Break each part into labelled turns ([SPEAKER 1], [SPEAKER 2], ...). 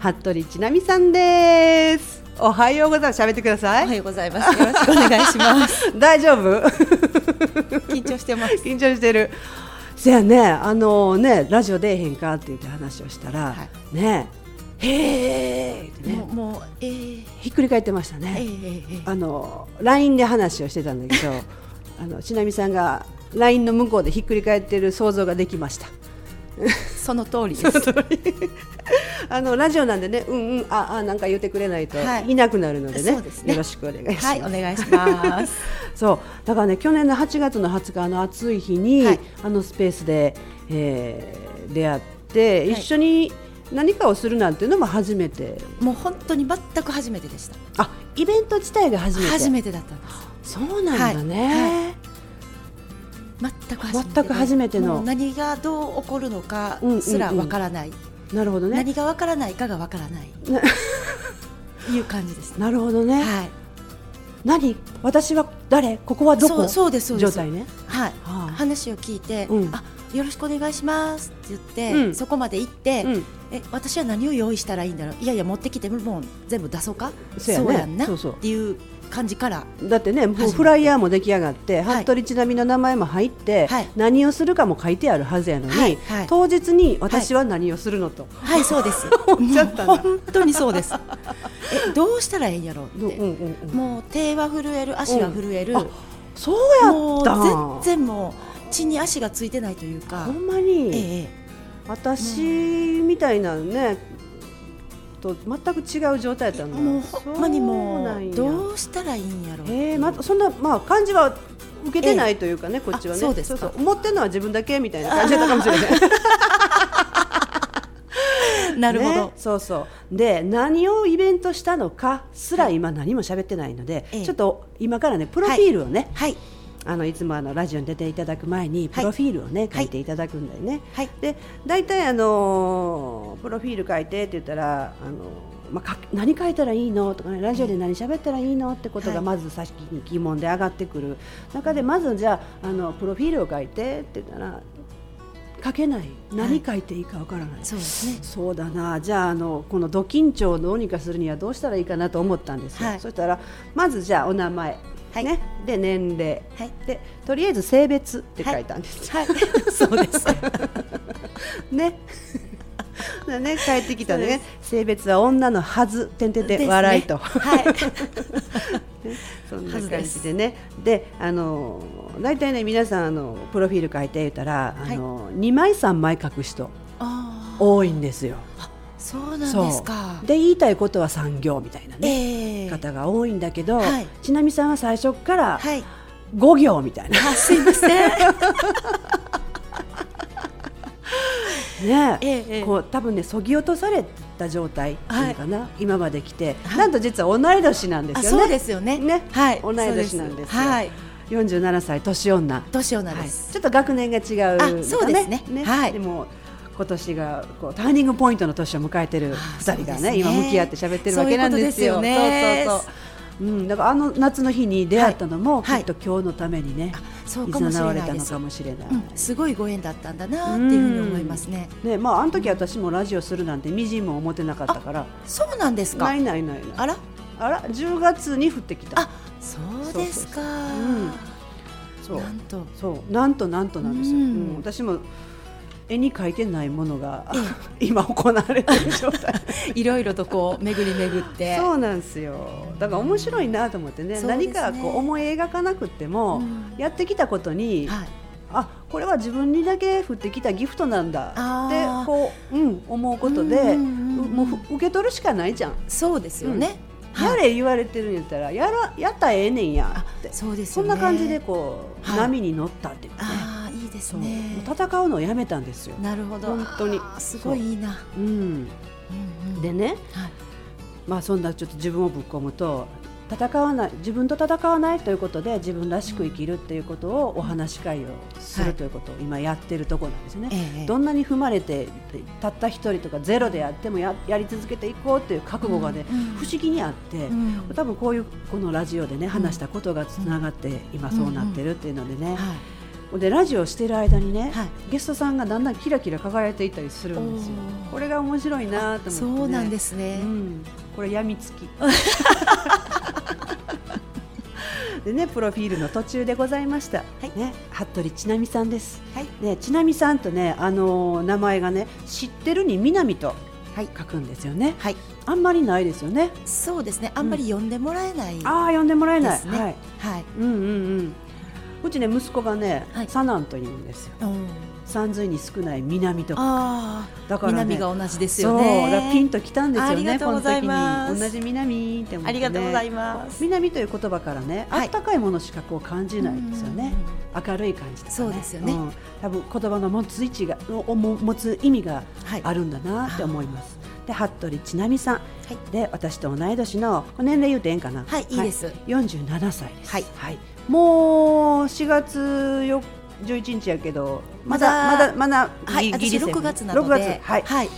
[SPEAKER 1] 服部千奈美さんですおはようございます喋ってくださ
[SPEAKER 2] おはいようございます。よろしくお願いします。
[SPEAKER 1] 大丈夫
[SPEAKER 2] 緊張してます。
[SPEAKER 1] 緊張してるせやねあのねラジオ出えへんかって言って話をしたら、
[SPEAKER 2] は
[SPEAKER 1] ねへえって
[SPEAKER 2] もう
[SPEAKER 1] ね
[SPEAKER 2] もうえー、
[SPEAKER 1] ひっくり返ってましたね、
[SPEAKER 2] えー、えー、
[SPEAKER 1] あの LINE で話をしてたんだけ どあのちなみさんが LINE の向こうでひっくり返ってる想像ができま した
[SPEAKER 2] その通りです。
[SPEAKER 1] あのラジオなんでねうんうんああなんか言ってくれないと
[SPEAKER 2] はい
[SPEAKER 1] いなくなるのでね,、
[SPEAKER 2] そうですね
[SPEAKER 1] よろしくお願いします、
[SPEAKER 2] はい、お願いします。
[SPEAKER 1] そうだからね去年の8月の20日あの暑い日に、
[SPEAKER 2] はい
[SPEAKER 1] あのスペースで、えー出会って、
[SPEAKER 2] い
[SPEAKER 1] 一緒に何かをするなんていうのも初めて
[SPEAKER 2] もう本当に全く初めてでした。
[SPEAKER 1] あイベント自体が初めて
[SPEAKER 2] 初めてだったんです。
[SPEAKER 1] そうなんだね、
[SPEAKER 2] はい全く初めてで。
[SPEAKER 1] 全く初めての
[SPEAKER 2] もう何がどう起こるのかすらわからない。
[SPEAKER 1] なるほどね
[SPEAKER 2] 何がわからないかがわからない。 いう感じですね。
[SPEAKER 1] なるほどね、
[SPEAKER 2] はい。
[SPEAKER 1] 何私は誰ここはど
[SPEAKER 2] そ
[SPEAKER 1] こ
[SPEAKER 2] うそうですそうで
[SPEAKER 1] 状
[SPEAKER 2] す。
[SPEAKER 1] 態ね
[SPEAKER 2] はい。
[SPEAKER 1] はあ
[SPEAKER 2] 話を聞いて、
[SPEAKER 1] うん
[SPEAKER 2] あよろしくお願いしますって言って、
[SPEAKER 1] うん
[SPEAKER 2] そこまで行って、
[SPEAKER 1] うん
[SPEAKER 2] え私は何を用意したらいいんだろういやいや持ってきてもう全部出そうか
[SPEAKER 1] そうやね
[SPEAKER 2] んな
[SPEAKER 1] そうそう
[SPEAKER 2] っていう感じから
[SPEAKER 1] だってね
[SPEAKER 2] 初
[SPEAKER 1] も
[SPEAKER 2] め
[SPEAKER 1] う
[SPEAKER 2] て
[SPEAKER 1] フライヤーも出来上がって、
[SPEAKER 2] はい
[SPEAKER 1] 服部千奈美の名前も入って、
[SPEAKER 2] はい
[SPEAKER 1] 何をするかも書いてあるはずやのに、
[SPEAKER 2] はいはい
[SPEAKER 1] 当日に私は何をするのと、
[SPEAKER 2] はいそうです
[SPEAKER 1] 思っちゃったな
[SPEAKER 2] もう本当にそうですえどうしたらいいんやろう
[SPEAKER 1] どう
[SPEAKER 2] って、
[SPEAKER 1] んうんうん
[SPEAKER 2] もう手は震える足は震える、
[SPEAKER 1] あそうや
[SPEAKER 2] も
[SPEAKER 1] っ
[SPEAKER 2] う
[SPEAKER 1] た
[SPEAKER 2] 全然もう血に足がついてないというか
[SPEAKER 1] ほ、んま
[SPEAKER 2] え
[SPEAKER 1] に、
[SPEAKER 2] ええ
[SPEAKER 1] 私みたいなねと全く違う状態だった
[SPEAKER 2] え
[SPEAKER 1] の
[SPEAKER 2] もうほんまにもうど
[SPEAKER 1] う
[SPEAKER 2] うしたらいいんやろうっていう
[SPEAKER 1] えー、またそんなまあ感じは受けてないというかね、こっちはね
[SPEAKER 2] あそうですか
[SPEAKER 1] そう思ってるのは自分だけみたいな感じだったかもしれない
[SPEAKER 2] なるほど、
[SPEAKER 1] ねそうそうで何をイベントしたのかすら今何も喋ってないので、
[SPEAKER 2] ええ
[SPEAKER 1] ちょっと今からねプロフィールをね、
[SPEAKER 2] はい
[SPEAKER 1] あのいつもあのラジオに出ていただく前に
[SPEAKER 2] は
[SPEAKER 1] プ
[SPEAKER 2] い
[SPEAKER 1] ロフィールをね、
[SPEAKER 2] はい
[SPEAKER 1] 書いていただくんだよね。
[SPEAKER 2] はい
[SPEAKER 1] で大体あのープロフィール書いてって言ったらあのーまあか何書いたらいいのとかねラジオで何喋ったらいいのってこと
[SPEAKER 2] は
[SPEAKER 1] が
[SPEAKER 2] い
[SPEAKER 1] まず先に疑問で上がってくる中でまずじゃああのプロフィールを書いてって言ったら書けない何書いていいかわからない、
[SPEAKER 2] そうですね
[SPEAKER 1] そうだなじゃああのこのド緊張をどうにかするにはどうしたらいいかなと思ったんですよ、
[SPEAKER 2] はい
[SPEAKER 1] そしたらまずじゃあお名前、
[SPEAKER 2] はい
[SPEAKER 1] ね、で年齢
[SPEAKER 2] はい
[SPEAKER 1] でとりあえず性別って書いたんです、
[SPEAKER 2] はい、そう です。
[SPEAKER 1] ね だね帰ってきた
[SPEAKER 2] そう
[SPEAKER 1] ね
[SPEAKER 2] で
[SPEAKER 1] 性別は女のはずてんてんてん
[SPEAKER 2] すね
[SPEAKER 1] 笑いと、
[SPEAKER 2] はい、
[SPEAKER 1] そんな
[SPEAKER 2] はずで
[SPEAKER 1] 感
[SPEAKER 2] す
[SPEAKER 1] じでねであの大体ね皆さんあのプロフィール書いて言ったら、
[SPEAKER 2] はい
[SPEAKER 1] あの2枚3枚書く人
[SPEAKER 2] あー
[SPEAKER 1] 多いんですよ。
[SPEAKER 2] そうなんですか。
[SPEAKER 1] で言いたいことは産業みたいなね。
[SPEAKER 2] ええ
[SPEAKER 1] 方が多いんだけど、
[SPEAKER 2] はい
[SPEAKER 1] ちなみさんは最初から
[SPEAKER 2] はい。
[SPEAKER 1] 5行みたいな、
[SPEAKER 2] あ、すい ません。
[SPEAKER 1] ね
[SPEAKER 2] ええええ
[SPEAKER 1] こう多分ねそぎ落とされた状態っていうのかな、今まで来て、
[SPEAKER 2] はい
[SPEAKER 1] なんと実は同い年なんで
[SPEAKER 2] あ、
[SPEAKER 1] すよ
[SPEAKER 2] そうで
[SPEAKER 1] ね
[SPEAKER 2] すよね。
[SPEAKER 1] ね
[SPEAKER 2] はい。
[SPEAKER 1] 同い年なんですよ
[SPEAKER 2] そうはい。
[SPEAKER 1] 47歳年女、
[SPEAKER 2] 年をなん
[SPEAKER 1] は
[SPEAKER 2] で
[SPEAKER 1] い、
[SPEAKER 2] す。
[SPEAKER 1] ちょっと学年が違うの
[SPEAKER 2] あそうですねはい
[SPEAKER 1] でも今年がこうターニングポイントの年を迎えてる
[SPEAKER 2] あ
[SPEAKER 1] 2人が
[SPEAKER 2] そう
[SPEAKER 1] ね
[SPEAKER 2] ですね
[SPEAKER 1] 今向き合って喋ってるわけなんですよ。
[SPEAKER 2] そういうことですよね
[SPEAKER 1] そうそうそううん、だからあの夏の日に出会ったのも、
[SPEAKER 2] はい
[SPEAKER 1] きっと今日のためにね、
[SPEAKER 2] あ、そう
[SPEAKER 1] い
[SPEAKER 2] か
[SPEAKER 1] ざ
[SPEAKER 2] もし
[SPEAKER 1] なわ
[SPEAKER 2] れ
[SPEAKER 1] れ
[SPEAKER 2] ない
[SPEAKER 1] た
[SPEAKER 2] で
[SPEAKER 1] の
[SPEAKER 2] す
[SPEAKER 1] か。もしれない。
[SPEAKER 2] うん、すごいご縁だったんだなっていうふうに思いますね。
[SPEAKER 1] ねまあ、あの時私もラジオするなんてみじんも思ってなかったから
[SPEAKER 2] そうなんですか
[SPEAKER 1] な。いないないない
[SPEAKER 2] あら、
[SPEAKER 1] あら10月に降ってきた
[SPEAKER 2] あ、そうですか。
[SPEAKER 1] そう
[SPEAKER 2] なんと。
[SPEAKER 1] そうなんとなんとなんですよ、う
[SPEAKER 2] うんん
[SPEAKER 1] 私も絵に描いてないものが 今行われてる状 態
[SPEAKER 2] いろいろとこう巡り巡って。
[SPEAKER 1] そうなんですよだから面白いなと思ってね
[SPEAKER 2] そうです
[SPEAKER 1] 何
[SPEAKER 2] ね
[SPEAKER 1] かこう思い描かなくっても、
[SPEAKER 2] うん
[SPEAKER 1] やってきたことに、
[SPEAKER 2] はい。
[SPEAKER 1] あこれは自分にだけ降ってきたギフトなんだ
[SPEAKER 2] あ
[SPEAKER 1] って
[SPEAKER 2] ー
[SPEAKER 1] こう、うん、思うことで、
[SPEAKER 2] うんうんうんうん
[SPEAKER 1] もうふ受け取るしかないじゃん。
[SPEAKER 2] そうですよね。
[SPEAKER 1] やれ言われてるんやったらやらやったらええねんやってそ,、
[SPEAKER 2] そうですよ
[SPEAKER 1] ん
[SPEAKER 2] ね。
[SPEAKER 1] な感じでこう、
[SPEAKER 2] はい
[SPEAKER 1] 波に乗ったっていうかね
[SPEAKER 2] ああいいです
[SPEAKER 1] そうも
[SPEAKER 2] ね
[SPEAKER 1] う。戦うのをやめたんですよ、
[SPEAKER 2] なるほど。
[SPEAKER 1] 本当に
[SPEAKER 2] あーすごいいいな。
[SPEAKER 1] うん、
[SPEAKER 2] うんうん
[SPEAKER 1] でね、
[SPEAKER 2] はい
[SPEAKER 1] まあ、そんなちょっと自分をぶっ込むと戦わない自分と戦わないということで自分らしく生きるっていうことをお話し会をす
[SPEAKER 2] は
[SPEAKER 1] る
[SPEAKER 2] い
[SPEAKER 1] ということを今やってるところなんですね、
[SPEAKER 2] ええ
[SPEAKER 1] どんなに踏まれてたった一人とかゼロでやってもややり続けていこうっていう覚悟がね、
[SPEAKER 2] うんうん
[SPEAKER 1] 不思議にあって、
[SPEAKER 2] うん
[SPEAKER 1] 多分こういうこのラジオでね話したことがつながって今そうなってるっていうのでね、
[SPEAKER 2] はい
[SPEAKER 1] でラジオしてる間にね、
[SPEAKER 2] はい
[SPEAKER 1] ゲストさんがだんだんキラキラ輝いていったりするんですよ
[SPEAKER 2] おー
[SPEAKER 1] これが面白いなと思って、ね、、
[SPEAKER 2] そうなんですすね、
[SPEAKER 1] うん、これ病みつき でねプロフィールの途中でございました、
[SPEAKER 2] はい
[SPEAKER 1] ね、服部千奈美さんです、
[SPEAKER 2] はい
[SPEAKER 1] ね、千奈美さんとね、あのー名前がね知ってるに南と
[SPEAKER 2] はい
[SPEAKER 1] 書くんですよね
[SPEAKER 2] はい
[SPEAKER 1] あんまりないですよね
[SPEAKER 2] そうですねあんまり呼んでもらえない、は
[SPEAKER 1] ああ呼んでもらえない、
[SPEAKER 2] ですね
[SPEAKER 1] はい、
[SPEAKER 2] い、
[SPEAKER 1] うんうんうんうちね息子がね、
[SPEAKER 2] はい
[SPEAKER 1] サナンというんですよ
[SPEAKER 2] うん、
[SPEAKER 1] 三髄に少ない南とか
[SPEAKER 2] あ
[SPEAKER 1] だ
[SPEAKER 2] あ
[SPEAKER 1] から、ね、
[SPEAKER 2] 南が同じです
[SPEAKER 1] そう
[SPEAKER 2] よね
[SPEAKER 1] だからピンときたんですよね
[SPEAKER 2] ありがとうございます
[SPEAKER 1] この時に同じ南って思って、ね、
[SPEAKER 2] ありがとうございます
[SPEAKER 1] 南という言葉からね、
[SPEAKER 2] はい
[SPEAKER 1] あったかいものしかこう感じないんですよね、
[SPEAKER 2] うんうんうん
[SPEAKER 1] 明るい感じとか、ね、
[SPEAKER 2] そうですよね
[SPEAKER 1] ん多分言葉の持つ位置がのも持つ意味が
[SPEAKER 2] はい
[SPEAKER 1] あるんだなって思います、で服部千奈美さん、
[SPEAKER 2] い
[SPEAKER 1] で私と同い年のこれ年齢言うてええんかな
[SPEAKER 2] はいいいです
[SPEAKER 1] 47歳です、
[SPEAKER 2] はい
[SPEAKER 1] もう4月よ11日やけどまだまだまだ
[SPEAKER 2] はい、
[SPEAKER 1] ギリギ
[SPEAKER 2] 私
[SPEAKER 1] リセーフ
[SPEAKER 2] 6月なの
[SPEAKER 1] 6
[SPEAKER 2] で、
[SPEAKER 1] 月はい
[SPEAKER 2] はい、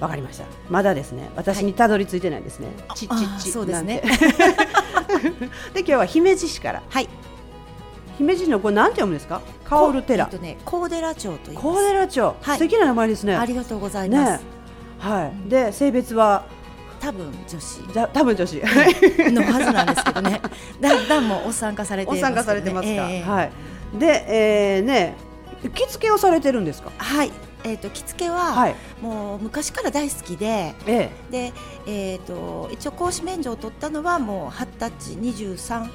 [SPEAKER 1] わかりました。まだですね。私にたどり着いてないですね。ち
[SPEAKER 2] あ
[SPEAKER 1] ちち
[SPEAKER 2] そうですね
[SPEAKER 1] なんて で今日は姫路市から。
[SPEAKER 2] はい、
[SPEAKER 1] 姫路のこれなんて読むんですか？カオル寺
[SPEAKER 2] えっ。とね、高寺町と言います。
[SPEAKER 1] コーデラ町。
[SPEAKER 2] は
[SPEAKER 1] 素
[SPEAKER 2] い
[SPEAKER 1] 敵な名前ですね。
[SPEAKER 2] ありがとうございま
[SPEAKER 1] ね
[SPEAKER 2] す。。
[SPEAKER 1] はい。で性別は
[SPEAKER 2] 多分女子
[SPEAKER 1] じゃ多分女子。
[SPEAKER 2] のはずなんですけどね。だんだんもうおっさん化されて
[SPEAKER 1] お
[SPEAKER 2] ますけど
[SPEAKER 1] 参
[SPEAKER 2] ね、
[SPEAKER 1] 加されてますか？
[SPEAKER 2] ええ
[SPEAKER 1] はい。で、えー、ね着付けをされてるんですか？
[SPEAKER 2] はい。えっ、と着付けは、
[SPEAKER 1] はい。
[SPEAKER 2] もう昔から大好きで。
[SPEAKER 1] ええ。
[SPEAKER 2] で、えっ、と一応講師免許を取ったのはもう二十歳二十三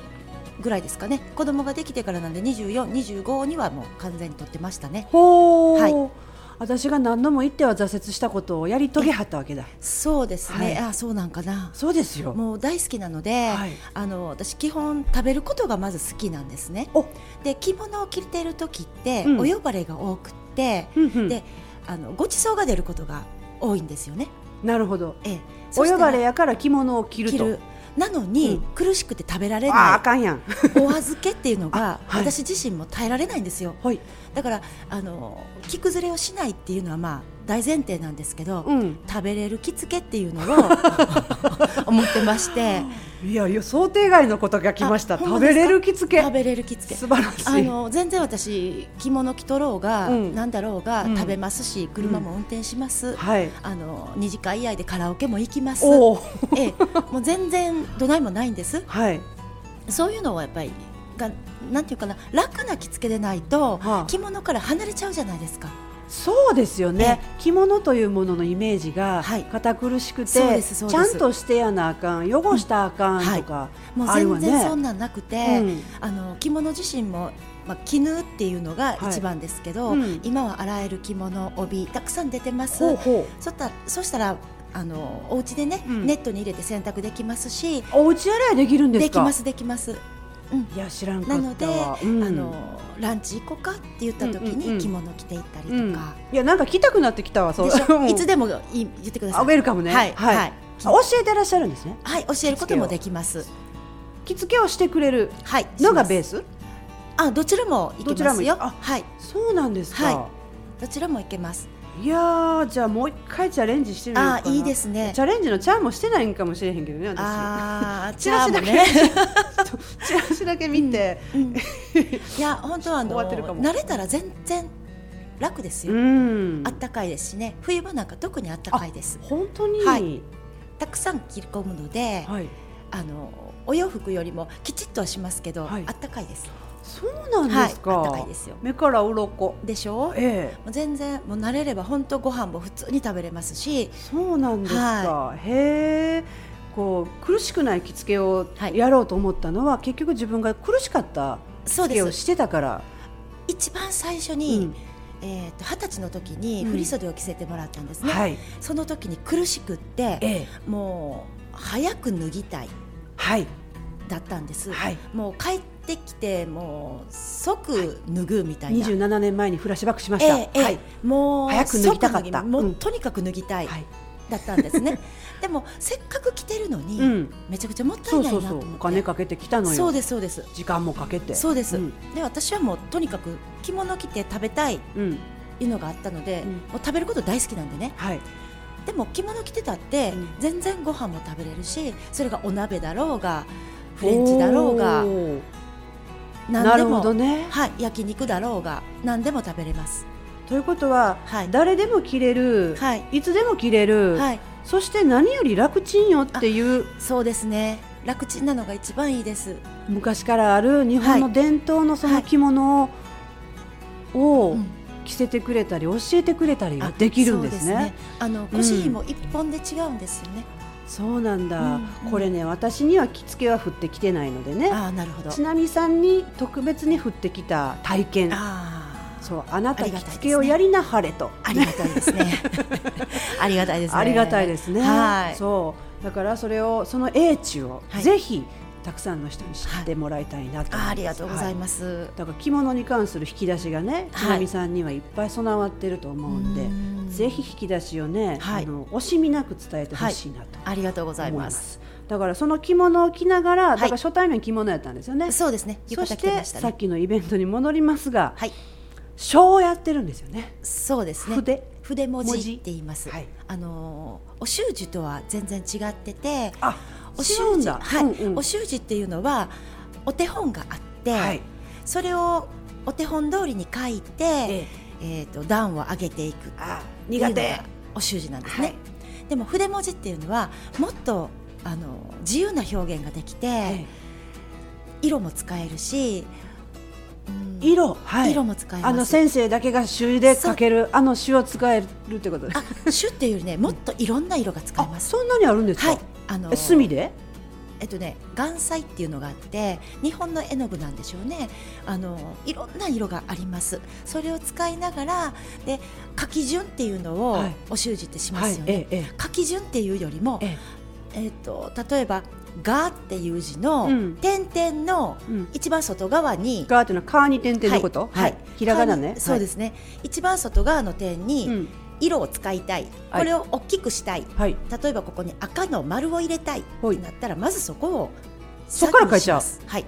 [SPEAKER 2] ぐらいですかね。子供ができてからなんで二十四、二十五にはもう完全に取ってましたね。
[SPEAKER 1] ほー。
[SPEAKER 2] はい
[SPEAKER 1] 私が何度も言っては挫折したことをやり遂げはったわけだ。
[SPEAKER 2] そうですね。
[SPEAKER 1] はい
[SPEAKER 2] あ、そうなんかな。
[SPEAKER 1] そうですよ。
[SPEAKER 2] もう大好きなので、
[SPEAKER 1] はい
[SPEAKER 2] あの私基本食べることがまず好きなんですね。
[SPEAKER 1] お、
[SPEAKER 2] で着物を着てる時って、
[SPEAKER 1] うん
[SPEAKER 2] お呼ばれが多くって
[SPEAKER 1] うんうん
[SPEAKER 2] であのご馳走が出ることが多いんですよね。
[SPEAKER 1] なるほど。
[SPEAKER 2] ええ、
[SPEAKER 1] お
[SPEAKER 2] そした
[SPEAKER 1] 呼
[SPEAKER 2] ら
[SPEAKER 1] ばれやから着物を着る
[SPEAKER 2] 着
[SPEAKER 1] と。
[SPEAKER 2] るなのに、
[SPEAKER 1] うん
[SPEAKER 2] 苦しくて食べられ
[SPEAKER 1] ああ、あ
[SPEAKER 2] な
[SPEAKER 1] かんやん。
[SPEAKER 2] いお預けっていうのが、
[SPEAKER 1] あはい
[SPEAKER 2] 私自身も耐えられないんですよ
[SPEAKER 1] はい。
[SPEAKER 2] だからあの着崩れをしないっていうのはまあ大前提なんですけど、
[SPEAKER 1] うん。
[SPEAKER 2] 食べれる着付けっていう のを思ってまして
[SPEAKER 1] いやいや、想定外のことが来ました。
[SPEAKER 2] あほ
[SPEAKER 1] 食
[SPEAKER 2] んまです
[SPEAKER 1] べ
[SPEAKER 2] か
[SPEAKER 1] れる着付
[SPEAKER 2] 食
[SPEAKER 1] け。
[SPEAKER 2] べれる着付け
[SPEAKER 1] 素晴らし
[SPEAKER 2] あ
[SPEAKER 1] い。
[SPEAKER 2] の全然私着物着とろうが、
[SPEAKER 1] うん
[SPEAKER 2] なんだろうが、
[SPEAKER 1] うん
[SPEAKER 2] 食べますし車も運転します、
[SPEAKER 1] はい。
[SPEAKER 2] あの二次会以外でカラオケも行きます
[SPEAKER 1] おお。
[SPEAKER 2] ええ、もう全然どないもないんです
[SPEAKER 1] はい。
[SPEAKER 2] そういうのはやっぱりがなんていうかな楽な着付けでないと、
[SPEAKER 1] はあ
[SPEAKER 2] 着物から離れちゃうじゃないですか
[SPEAKER 1] そうですよね。着物というもののイメージが
[SPEAKER 2] はい
[SPEAKER 1] 堅苦しくて、
[SPEAKER 2] そうですそう
[SPEAKER 1] ち
[SPEAKER 2] で
[SPEAKER 1] ゃ
[SPEAKER 2] す
[SPEAKER 1] んとしてやなあかん、汚したらあか
[SPEAKER 2] うん
[SPEAKER 1] ん
[SPEAKER 2] はい
[SPEAKER 1] とか。
[SPEAKER 2] もう
[SPEAKER 1] あるわ
[SPEAKER 2] 全
[SPEAKER 1] ね
[SPEAKER 2] 然そんなんなくて、
[SPEAKER 1] うん
[SPEAKER 2] あの着物自身も、まあ、絹っていうのが一番ですけど、
[SPEAKER 1] はいうん
[SPEAKER 2] 今はあらゆる着物帯たくさん出てます
[SPEAKER 1] ほうほう。
[SPEAKER 2] そしたそしたらあのお家でね、
[SPEAKER 1] うん
[SPEAKER 2] ネットに入れて洗濯できますし
[SPEAKER 1] お家洗いできるんで
[SPEAKER 2] ですき
[SPEAKER 1] か。
[SPEAKER 2] ますできます
[SPEAKER 1] いや、知らんか
[SPEAKER 2] な
[SPEAKER 1] っ
[SPEAKER 2] ので、
[SPEAKER 1] たわ。うん
[SPEAKER 2] あのランチ行こうかって言った時
[SPEAKER 1] うんうんう
[SPEAKER 2] に
[SPEAKER 1] ん
[SPEAKER 2] 着物着ていったりと
[SPEAKER 1] うん
[SPEAKER 2] か、
[SPEAKER 1] いや、なんか着たくなってきたわ。そう。
[SPEAKER 2] でし
[SPEAKER 1] う
[SPEAKER 2] ょ
[SPEAKER 1] ん
[SPEAKER 2] いつでもいい言ってくださ
[SPEAKER 1] あ、
[SPEAKER 2] い
[SPEAKER 1] ウェルカムね。
[SPEAKER 2] はいはい、
[SPEAKER 1] は
[SPEAKER 2] はいい。
[SPEAKER 1] あ教えてらっしゃるんですね。
[SPEAKER 2] 教えることもできます
[SPEAKER 1] 着付けをしてくれる
[SPEAKER 2] はい
[SPEAKER 1] のがベー
[SPEAKER 2] ス
[SPEAKER 1] ス
[SPEAKER 2] あどちらも行
[SPEAKER 1] どち
[SPEAKER 2] け
[SPEAKER 1] ら
[SPEAKER 2] ま
[SPEAKER 1] も
[SPEAKER 2] すよ
[SPEAKER 1] あ
[SPEAKER 2] はい
[SPEAKER 1] そうなんですか、
[SPEAKER 2] はどちらも行けます
[SPEAKER 1] い、やーじゃあもう一回チャレンジしてみようかな
[SPEAKER 2] あいいですね
[SPEAKER 1] チャレンジのチャンもしてないんかもしれへんけどね私
[SPEAKER 2] あー
[SPEAKER 1] チラシだ
[SPEAKER 2] じ
[SPEAKER 1] け、
[SPEAKER 2] ゃあもうね
[SPEAKER 1] チラシだけ見て
[SPEAKER 2] うんいや本当はあの
[SPEAKER 1] 終わってるかも
[SPEAKER 2] 慣れたら全然楽です
[SPEAKER 1] う
[SPEAKER 2] よ、
[SPEAKER 1] ん
[SPEAKER 2] あったかいですしね冬場なんか特にあったかいです
[SPEAKER 1] 本当に
[SPEAKER 2] は
[SPEAKER 1] はい
[SPEAKER 2] い、たくさん着込むので、あのお洋服よりもきちっとはしますけど、
[SPEAKER 1] はい
[SPEAKER 2] あったかいです
[SPEAKER 1] そうなんですか、
[SPEAKER 2] はいあったかいですよ
[SPEAKER 1] 目から鱗
[SPEAKER 2] でしょも
[SPEAKER 1] ええ
[SPEAKER 2] う全然もう慣れれば本当ご飯も普通に食べれますし
[SPEAKER 1] そうなんですか、
[SPEAKER 2] は
[SPEAKER 1] へえこう苦しくない着付けを
[SPEAKER 2] はい
[SPEAKER 1] やろうと思ったのは、結局自分が苦しかった
[SPEAKER 2] そう
[SPEAKER 1] 着
[SPEAKER 2] で
[SPEAKER 1] 付けを
[SPEAKER 2] す
[SPEAKER 1] してたから
[SPEAKER 2] 一番最初に
[SPEAKER 1] ん
[SPEAKER 2] えーと二十、歳の時に
[SPEAKER 1] うん
[SPEAKER 2] 振り袖を着せてもらったんですね、
[SPEAKER 1] はい
[SPEAKER 2] その時に苦しくって
[SPEAKER 1] ええ
[SPEAKER 2] もう早く脱ぎたい
[SPEAKER 1] はい
[SPEAKER 2] だったんです、
[SPEAKER 1] はい
[SPEAKER 2] もう帰ってきてもう即脱ぐみたいな、
[SPEAKER 1] 27年前にフラッシュバックしまし
[SPEAKER 2] え
[SPEAKER 1] た。
[SPEAKER 2] えええ
[SPEAKER 1] はい。
[SPEAKER 2] もう
[SPEAKER 1] 早く脱ぎたかった
[SPEAKER 2] 即脱ぎもう
[SPEAKER 1] うん
[SPEAKER 2] とにかく脱ぎたい
[SPEAKER 1] はい。
[SPEAKER 2] だったんですね、でもせっかく着てるのに、
[SPEAKER 1] うん。
[SPEAKER 2] めちゃくちゃもった
[SPEAKER 1] そ
[SPEAKER 2] いうない
[SPEAKER 1] そ
[SPEAKER 2] な
[SPEAKER 1] う
[SPEAKER 2] と
[SPEAKER 1] そ
[SPEAKER 2] 思って
[SPEAKER 1] う。お金かけてきたの
[SPEAKER 2] そう
[SPEAKER 1] よ。
[SPEAKER 2] ですそうです
[SPEAKER 1] 時間もかけて。
[SPEAKER 2] そうです、
[SPEAKER 1] うん
[SPEAKER 2] で私はもうとにかく着物着て食べたいっ
[SPEAKER 1] うん。
[SPEAKER 2] ていうのがあったので、
[SPEAKER 1] うん
[SPEAKER 2] もう食べること大好きなんでね
[SPEAKER 1] はい。
[SPEAKER 2] でも着物着てたって、
[SPEAKER 1] うん
[SPEAKER 2] 全然ご飯も食べれるしそれがお鍋だろうがフレンチだろうが
[SPEAKER 1] おーな
[SPEAKER 2] 何で
[SPEAKER 1] るほ
[SPEAKER 2] も、
[SPEAKER 1] どね。
[SPEAKER 2] はい、焼肉だろうが何でも食べれます。
[SPEAKER 1] ということは、
[SPEAKER 2] はい
[SPEAKER 1] 誰でも着れる、
[SPEAKER 2] はい、
[SPEAKER 1] い、つでも着れる、
[SPEAKER 2] はい、
[SPEAKER 1] そして何より楽ちんよっていう
[SPEAKER 2] そうですね。楽ちんなのが一番いいです。
[SPEAKER 1] 昔からある日本
[SPEAKER 2] は
[SPEAKER 1] の
[SPEAKER 2] い
[SPEAKER 1] 伝統のその着物を,、
[SPEAKER 2] うん
[SPEAKER 1] 着せてくれたり教えてくれたりができるんです
[SPEAKER 2] そう
[SPEAKER 1] ね。
[SPEAKER 2] あの腰紐一本で違うんですよね。
[SPEAKER 1] そうなんだ、
[SPEAKER 2] うんうん
[SPEAKER 1] これね私には着付けは振ってきてないのでね
[SPEAKER 2] ああ、なるほど。
[SPEAKER 1] ちなみさんに特別に振ってきた体験
[SPEAKER 2] ああ、
[SPEAKER 1] そうあなた
[SPEAKER 2] あり
[SPEAKER 1] 着
[SPEAKER 2] がたいですね
[SPEAKER 1] 付けをやりなはれと
[SPEAKER 2] ありがたいです ね。ありがたいですね。
[SPEAKER 1] ありがたいですね。
[SPEAKER 2] はい。
[SPEAKER 1] そうだからそれをその英知を、
[SPEAKER 2] はい
[SPEAKER 1] ぜひたくさんの人に知ってもらいたいなと思います
[SPEAKER 2] あーありがとうござ
[SPEAKER 1] は
[SPEAKER 2] います。
[SPEAKER 1] だから着物に関する引き出しがね、
[SPEAKER 2] は
[SPEAKER 1] ち
[SPEAKER 2] い
[SPEAKER 1] なみさんにはいっぱい備わってると思うんで、
[SPEAKER 2] うん
[SPEAKER 1] ぜひ引き出しをね、
[SPEAKER 2] はい
[SPEAKER 1] あの惜しみなく伝えてほしいなと思います。
[SPEAKER 2] ありがとうございます。
[SPEAKER 1] だからその着物を着ながら、
[SPEAKER 2] い
[SPEAKER 1] だから初対面着物やったんですよね。
[SPEAKER 2] そうですね。浴
[SPEAKER 1] そし
[SPEAKER 2] 衣着て
[SPEAKER 1] て
[SPEAKER 2] ました
[SPEAKER 1] さっ
[SPEAKER 2] ね。
[SPEAKER 1] きのイベントに戻りますが、
[SPEAKER 2] はい。
[SPEAKER 1] 書をやってるんですよね。
[SPEAKER 2] そうですね。
[SPEAKER 1] 筆
[SPEAKER 2] 筆文
[SPEAKER 1] 文
[SPEAKER 2] 字
[SPEAKER 1] 字
[SPEAKER 2] って言います。
[SPEAKER 1] はい
[SPEAKER 2] あのーお習字とは全然違ってて、
[SPEAKER 1] あ、
[SPEAKER 2] お
[SPEAKER 1] 違
[SPEAKER 2] 習
[SPEAKER 1] うん
[SPEAKER 2] 字、
[SPEAKER 1] だ。
[SPEAKER 2] はい、
[SPEAKER 1] うんうん
[SPEAKER 2] お習字っていうのはお手本があって、
[SPEAKER 1] はい
[SPEAKER 2] それをお手本通りに書いて、
[SPEAKER 1] え
[SPEAKER 2] え
[SPEAKER 1] え
[SPEAKER 2] ー、と段を上げていくっていうのが
[SPEAKER 1] あ、苦手。
[SPEAKER 2] お習字なんです
[SPEAKER 1] は
[SPEAKER 2] ね、
[SPEAKER 1] い
[SPEAKER 2] でも筆文字っていうのはもっとあの自由な表現ができて、
[SPEAKER 1] え
[SPEAKER 2] 色も使えるし、うん
[SPEAKER 1] え色、はい。
[SPEAKER 2] 色も使えます
[SPEAKER 1] あの先生だけが詩で書けるあの詩を使えるってことです。
[SPEAKER 2] あ種っていうよりねもっといろんな色が使え
[SPEAKER 1] あ、
[SPEAKER 2] ます
[SPEAKER 1] そんなにあるんですか。
[SPEAKER 2] はいあの
[SPEAKER 1] え墨で？
[SPEAKER 2] えっとね岩彩っていうのがあって日本の絵の具なんでしょうねあのいろんな色がありますそれを使いながらで書き順っていうのを
[SPEAKER 1] はい
[SPEAKER 2] お習字ってしますよ
[SPEAKER 1] え
[SPEAKER 2] ね、
[SPEAKER 1] ええ
[SPEAKER 2] 書き順っていうよりも
[SPEAKER 1] え、え
[SPEAKER 2] えっと例えば「が」っていう字の
[SPEAKER 1] うん
[SPEAKER 2] 点々の
[SPEAKER 1] え。うん。
[SPEAKER 2] 一番外側に、
[SPEAKER 1] ガーっていうのはカーに点々のこと。
[SPEAKER 2] はいはい
[SPEAKER 1] ひらがなね。。
[SPEAKER 2] そうですすね、一番外側の点
[SPEAKER 1] う
[SPEAKER 2] に
[SPEAKER 1] ん。
[SPEAKER 2] 色を使いたい、
[SPEAKER 1] はい
[SPEAKER 2] これを大きくしたい
[SPEAKER 1] はい。
[SPEAKER 2] 例えばここに赤の丸を入れたいって
[SPEAKER 1] はい
[SPEAKER 2] なったらまずそこを
[SPEAKER 1] そこから書いちゃう
[SPEAKER 2] 削除しますはい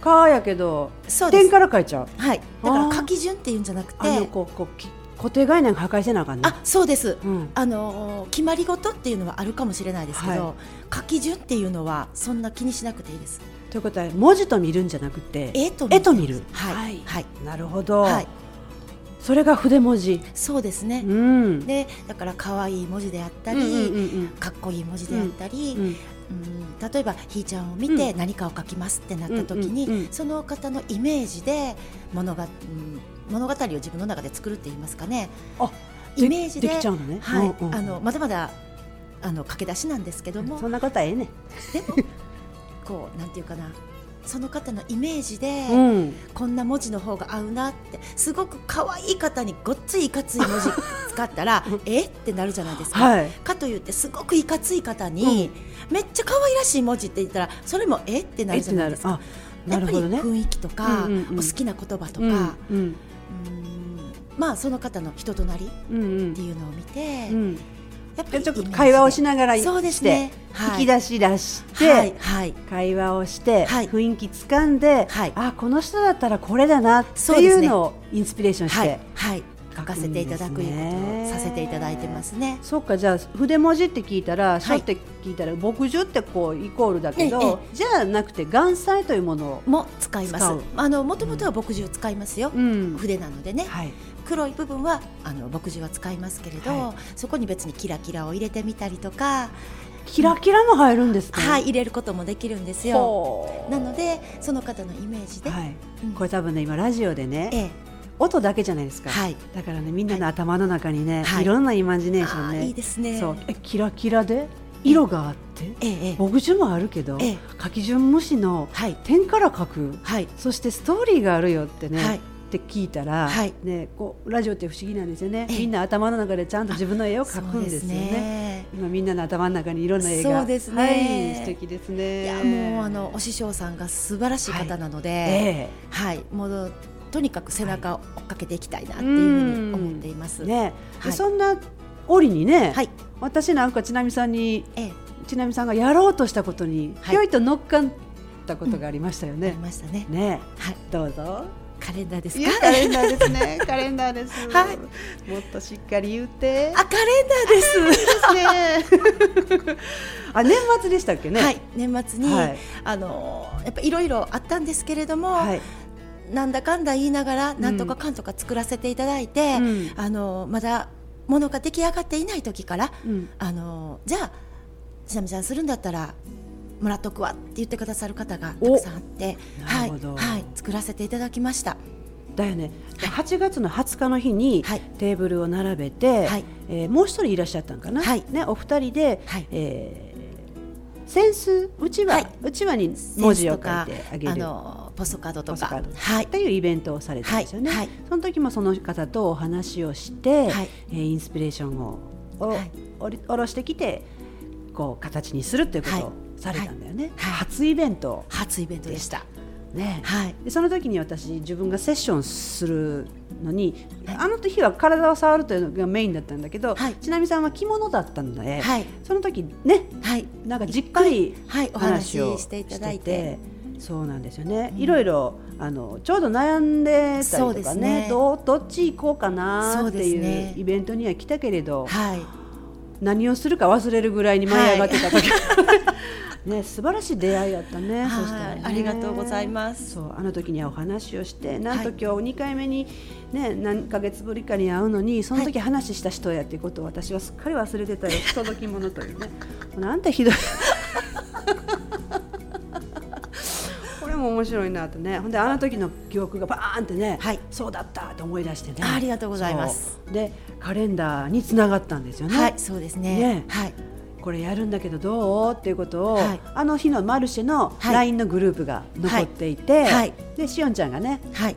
[SPEAKER 1] カーやけど
[SPEAKER 2] そうで
[SPEAKER 1] 点
[SPEAKER 2] す
[SPEAKER 1] から書いちゃう。
[SPEAKER 2] はいだか
[SPEAKER 1] あー
[SPEAKER 2] ら書き順っていうんじゃなくて
[SPEAKER 1] あの
[SPEAKER 2] あ
[SPEAKER 1] こうこうき固定概念が破壊せなあかんね。
[SPEAKER 2] そうです
[SPEAKER 1] うん。
[SPEAKER 2] あのー決まり事っていうのはあるかもしれないですけど、
[SPEAKER 1] は
[SPEAKER 2] 書き順っていうのはそんな気にしなくていいです
[SPEAKER 1] ということは文字と見るんじゃなくて
[SPEAKER 2] 絵と
[SPEAKER 1] 絵と見る。
[SPEAKER 2] はいはい、はい
[SPEAKER 1] なるほど。それが筆文字。
[SPEAKER 2] そうです
[SPEAKER 1] う
[SPEAKER 2] ね、
[SPEAKER 1] ん。
[SPEAKER 2] でだから可愛い文字であったり、
[SPEAKER 1] うんうんうん
[SPEAKER 2] かっこいい文字であったり、
[SPEAKER 1] うん。うん
[SPEAKER 2] うん例えばひーちゃんを見て何かを書きますってなった時に、
[SPEAKER 1] うんうんうん
[SPEAKER 2] その方のイメージで物が、うん物語を自分の中で作るって言いますかね
[SPEAKER 1] あ
[SPEAKER 2] イメージで
[SPEAKER 1] できちゃうのね。
[SPEAKER 2] はい
[SPEAKER 1] うんうん
[SPEAKER 2] あのまだまだあの駆け出しなんですけども
[SPEAKER 1] そんなことはええね。
[SPEAKER 2] でもこうなんていうかなその方のイメージで、
[SPEAKER 1] うん。
[SPEAKER 2] こんな文字の方が合うなってすごく可愛い方にごっついいかつい文字使ったらえってなるじゃないですか。
[SPEAKER 1] はい。
[SPEAKER 2] かといってすごくいかつい方に、めっちゃ可愛らしい文字って言ったらそれもえってな
[SPEAKER 1] え
[SPEAKER 2] る
[SPEAKER 1] っ
[SPEAKER 2] じ
[SPEAKER 1] て
[SPEAKER 2] ゃな
[SPEAKER 1] ないる
[SPEAKER 2] ですか
[SPEAKER 1] あなるほど
[SPEAKER 2] や
[SPEAKER 1] ね
[SPEAKER 2] っぱ。り雰囲気とか、
[SPEAKER 1] うんうんうん
[SPEAKER 2] お好きな言葉とか、う
[SPEAKER 1] うん
[SPEAKER 2] ん
[SPEAKER 1] うん
[SPEAKER 2] まあその方の人となりっ
[SPEAKER 1] うんうん
[SPEAKER 2] ていうのを見て、
[SPEAKER 1] うん。
[SPEAKER 2] やっぱ
[SPEAKER 1] で
[SPEAKER 2] り
[SPEAKER 1] ちょっと会話をし
[SPEAKER 2] な
[SPEAKER 1] ながらして、
[SPEAKER 2] そうですね、
[SPEAKER 1] 引き出し出して、
[SPEAKER 2] はいはい、
[SPEAKER 1] 会話をして、
[SPEAKER 2] はい
[SPEAKER 1] 雰囲気つかんで、
[SPEAKER 2] はい
[SPEAKER 1] あこの人だったらこれだなって
[SPEAKER 2] そう
[SPEAKER 1] い
[SPEAKER 2] で
[SPEAKER 1] う
[SPEAKER 2] すね
[SPEAKER 1] のをインスピレーションして、
[SPEAKER 2] はいはい、書か
[SPEAKER 1] 書く
[SPEAKER 2] せ
[SPEAKER 1] んで
[SPEAKER 2] て
[SPEAKER 1] すね
[SPEAKER 2] いただくいうことをさせていただいてますね。
[SPEAKER 1] そうかじゃあ筆文字って聞いたら書
[SPEAKER 2] い
[SPEAKER 1] って聞いたら墨汁ってこうイコールだけど、
[SPEAKER 2] えええ
[SPEAKER 1] じゃなくて岩彩というものを、
[SPEAKER 2] も使います
[SPEAKER 1] 使う。
[SPEAKER 2] あの元々は牧汁を使いますよ。
[SPEAKER 1] うん
[SPEAKER 2] 筆なのでね、
[SPEAKER 1] はい、
[SPEAKER 2] 黒い部分はあの牧汁は使いますけれど、
[SPEAKER 1] は
[SPEAKER 2] そこに別にキラキラを入れてみたりとか、
[SPEAKER 1] キラキラも入るんですか、
[SPEAKER 2] はい入れることもできるんですよ。
[SPEAKER 1] ほう
[SPEAKER 2] なのでその方のイメージで、
[SPEAKER 1] はい、
[SPEAKER 2] うん
[SPEAKER 1] これ多分ね今ラジオでね、
[SPEAKER 2] ええ
[SPEAKER 1] 音だけじゃないですか、
[SPEAKER 2] はい、
[SPEAKER 1] だからねみんなの頭の中にね、
[SPEAKER 2] はい
[SPEAKER 1] い、ろんなイマジネーショ
[SPEAKER 2] あ
[SPEAKER 1] ン
[SPEAKER 2] あ
[SPEAKER 1] ね
[SPEAKER 2] いいですね。
[SPEAKER 1] そうえキラキラで色があって
[SPEAKER 2] ええええ
[SPEAKER 1] 僕順もあるけど、
[SPEAKER 2] ええ
[SPEAKER 1] 書き順無視の
[SPEAKER 2] はい
[SPEAKER 1] 点から書く
[SPEAKER 2] はい
[SPEAKER 1] そしてストーリーがあるよってね、
[SPEAKER 2] はい
[SPEAKER 1] って聞いたら、
[SPEAKER 2] はい
[SPEAKER 1] ね、こうラジオって不思議なんですよね、
[SPEAKER 2] ええ
[SPEAKER 1] みんな頭の中でちゃんと自分の絵を描くんですよね。今みんなの頭の中にいろんな絵が
[SPEAKER 2] そうですね
[SPEAKER 1] はい、素敵です
[SPEAKER 2] そうですね
[SPEAKER 1] ね
[SPEAKER 2] いやもうあのお師匠さんが素晴らしい方なので。
[SPEAKER 1] え
[SPEAKER 2] はい、もうとにかく背中を追っかけていきたいなっていうふうに思っています。
[SPEAKER 1] えねで
[SPEAKER 2] はい
[SPEAKER 1] そんな折にね、
[SPEAKER 2] はい、
[SPEAKER 1] 私なんかちなみさんに
[SPEAKER 2] ええ、
[SPEAKER 1] ちなみさんがやろうとしたことに
[SPEAKER 2] はい
[SPEAKER 1] ひょいと乗っかったことがありましたよ
[SPEAKER 2] あり
[SPEAKER 1] ね。
[SPEAKER 2] ましたね。
[SPEAKER 1] ね
[SPEAKER 2] はい、
[SPEAKER 1] どうぞ。
[SPEAKER 2] カレンダーです
[SPEAKER 1] い
[SPEAKER 2] か
[SPEAKER 1] やカレンダーです ね。カレンダーです。
[SPEAKER 2] はい
[SPEAKER 1] もっとしっかり言って。
[SPEAKER 2] あカレンダーです
[SPEAKER 1] ですね。 あ年末でしたっけね。
[SPEAKER 2] はい年末に、
[SPEAKER 1] はい
[SPEAKER 2] あのやっぱいろいろあったんですけれども、
[SPEAKER 1] はい。
[SPEAKER 2] なんだかんだ言いながら
[SPEAKER 1] ん
[SPEAKER 2] なんとかかんとか作らせていただいて、
[SPEAKER 1] うん
[SPEAKER 2] あのまだものが出来上がっていない時から
[SPEAKER 1] うん。
[SPEAKER 2] あのじゃあちなみちゃんするんだったらもらっとくわって言ってくださる方がたくさんあって
[SPEAKER 1] お
[SPEAKER 2] は、
[SPEAKER 1] ないるほど
[SPEAKER 2] はい、作らせていただきました
[SPEAKER 1] だよね。8月の20日の日に
[SPEAKER 2] はい
[SPEAKER 1] テーブルを並べて、
[SPEAKER 2] はい
[SPEAKER 1] えーもう一人いらっしゃったんかな。
[SPEAKER 2] はい
[SPEAKER 1] ねお二人で、
[SPEAKER 2] はい
[SPEAKER 1] えーセンスうちわ、
[SPEAKER 2] はいう
[SPEAKER 1] ちわに文字を書いてあげ
[SPEAKER 2] あ
[SPEAKER 1] る。
[SPEAKER 2] のポストカードと
[SPEAKER 1] ポストカ
[SPEAKER 2] か
[SPEAKER 1] ード
[SPEAKER 2] は
[SPEAKER 1] っ
[SPEAKER 2] い
[SPEAKER 1] ていうイベントをされたんですよね、
[SPEAKER 2] はいはい
[SPEAKER 1] その時もその方とお話をして、
[SPEAKER 2] はい
[SPEAKER 1] えーインスピレーションをお、
[SPEAKER 2] はい
[SPEAKER 1] おりおろしてきてこう形にするっていうこと
[SPEAKER 2] は
[SPEAKER 1] を
[SPEAKER 2] い
[SPEAKER 1] されたんだよね、
[SPEAKER 2] はい
[SPEAKER 1] 初イベント
[SPEAKER 2] 初イベントでした
[SPEAKER 1] ね、
[SPEAKER 2] はい
[SPEAKER 1] でその時に私自分がセッションするのに、
[SPEAKER 2] はい
[SPEAKER 1] あの日は体を触るというのがメインだったんだけど、
[SPEAKER 2] はい
[SPEAKER 1] ちなみさんは着物だったので、
[SPEAKER 2] はい
[SPEAKER 1] その時ね
[SPEAKER 2] はい
[SPEAKER 1] なんかじっくり
[SPEAKER 2] はいお話
[SPEAKER 1] 話を
[SPEAKER 2] ししていただいて
[SPEAKER 1] しててそうなんですよね、
[SPEAKER 2] うん
[SPEAKER 1] いろいろあのちょうど悩んでた
[SPEAKER 2] そう
[SPEAKER 1] り
[SPEAKER 2] で
[SPEAKER 1] とか
[SPEAKER 2] す
[SPEAKER 1] ね
[SPEAKER 2] ね
[SPEAKER 1] どうどっち行こうかなって
[SPEAKER 2] そうです
[SPEAKER 1] い
[SPEAKER 2] ね
[SPEAKER 1] うイベントには来たけれど、
[SPEAKER 2] はい
[SPEAKER 1] 何をするか忘れるぐらいに舞い上がってた 時、ね素晴らしい出会いやったね,、
[SPEAKER 2] はい
[SPEAKER 1] そしたらね
[SPEAKER 2] ありがとうございます
[SPEAKER 1] そうあの時にはお話をしてなんと
[SPEAKER 2] はい
[SPEAKER 1] 今日2回目に、ね、何ヶ月ぶりかに会うのにその時話した人やっていうことを私はすっかり忘れてたよ届き物という ねなんてひどい これも面白いなとねほんであの時の記憶がバーンってね、
[SPEAKER 2] はい
[SPEAKER 1] そうだったと思い出してね
[SPEAKER 2] ありがとうございます
[SPEAKER 1] そうでカレンダーにつながったんですよね、
[SPEAKER 2] はいそうですね
[SPEAKER 1] ね
[SPEAKER 2] はい
[SPEAKER 1] これやるんだけどどうっていうことを、
[SPEAKER 2] はい
[SPEAKER 1] あの日のマルシェの
[SPEAKER 2] はい
[SPEAKER 1] LINE のグループが残っていて、
[SPEAKER 2] はいはい
[SPEAKER 1] でしおんちゃんがね
[SPEAKER 2] はい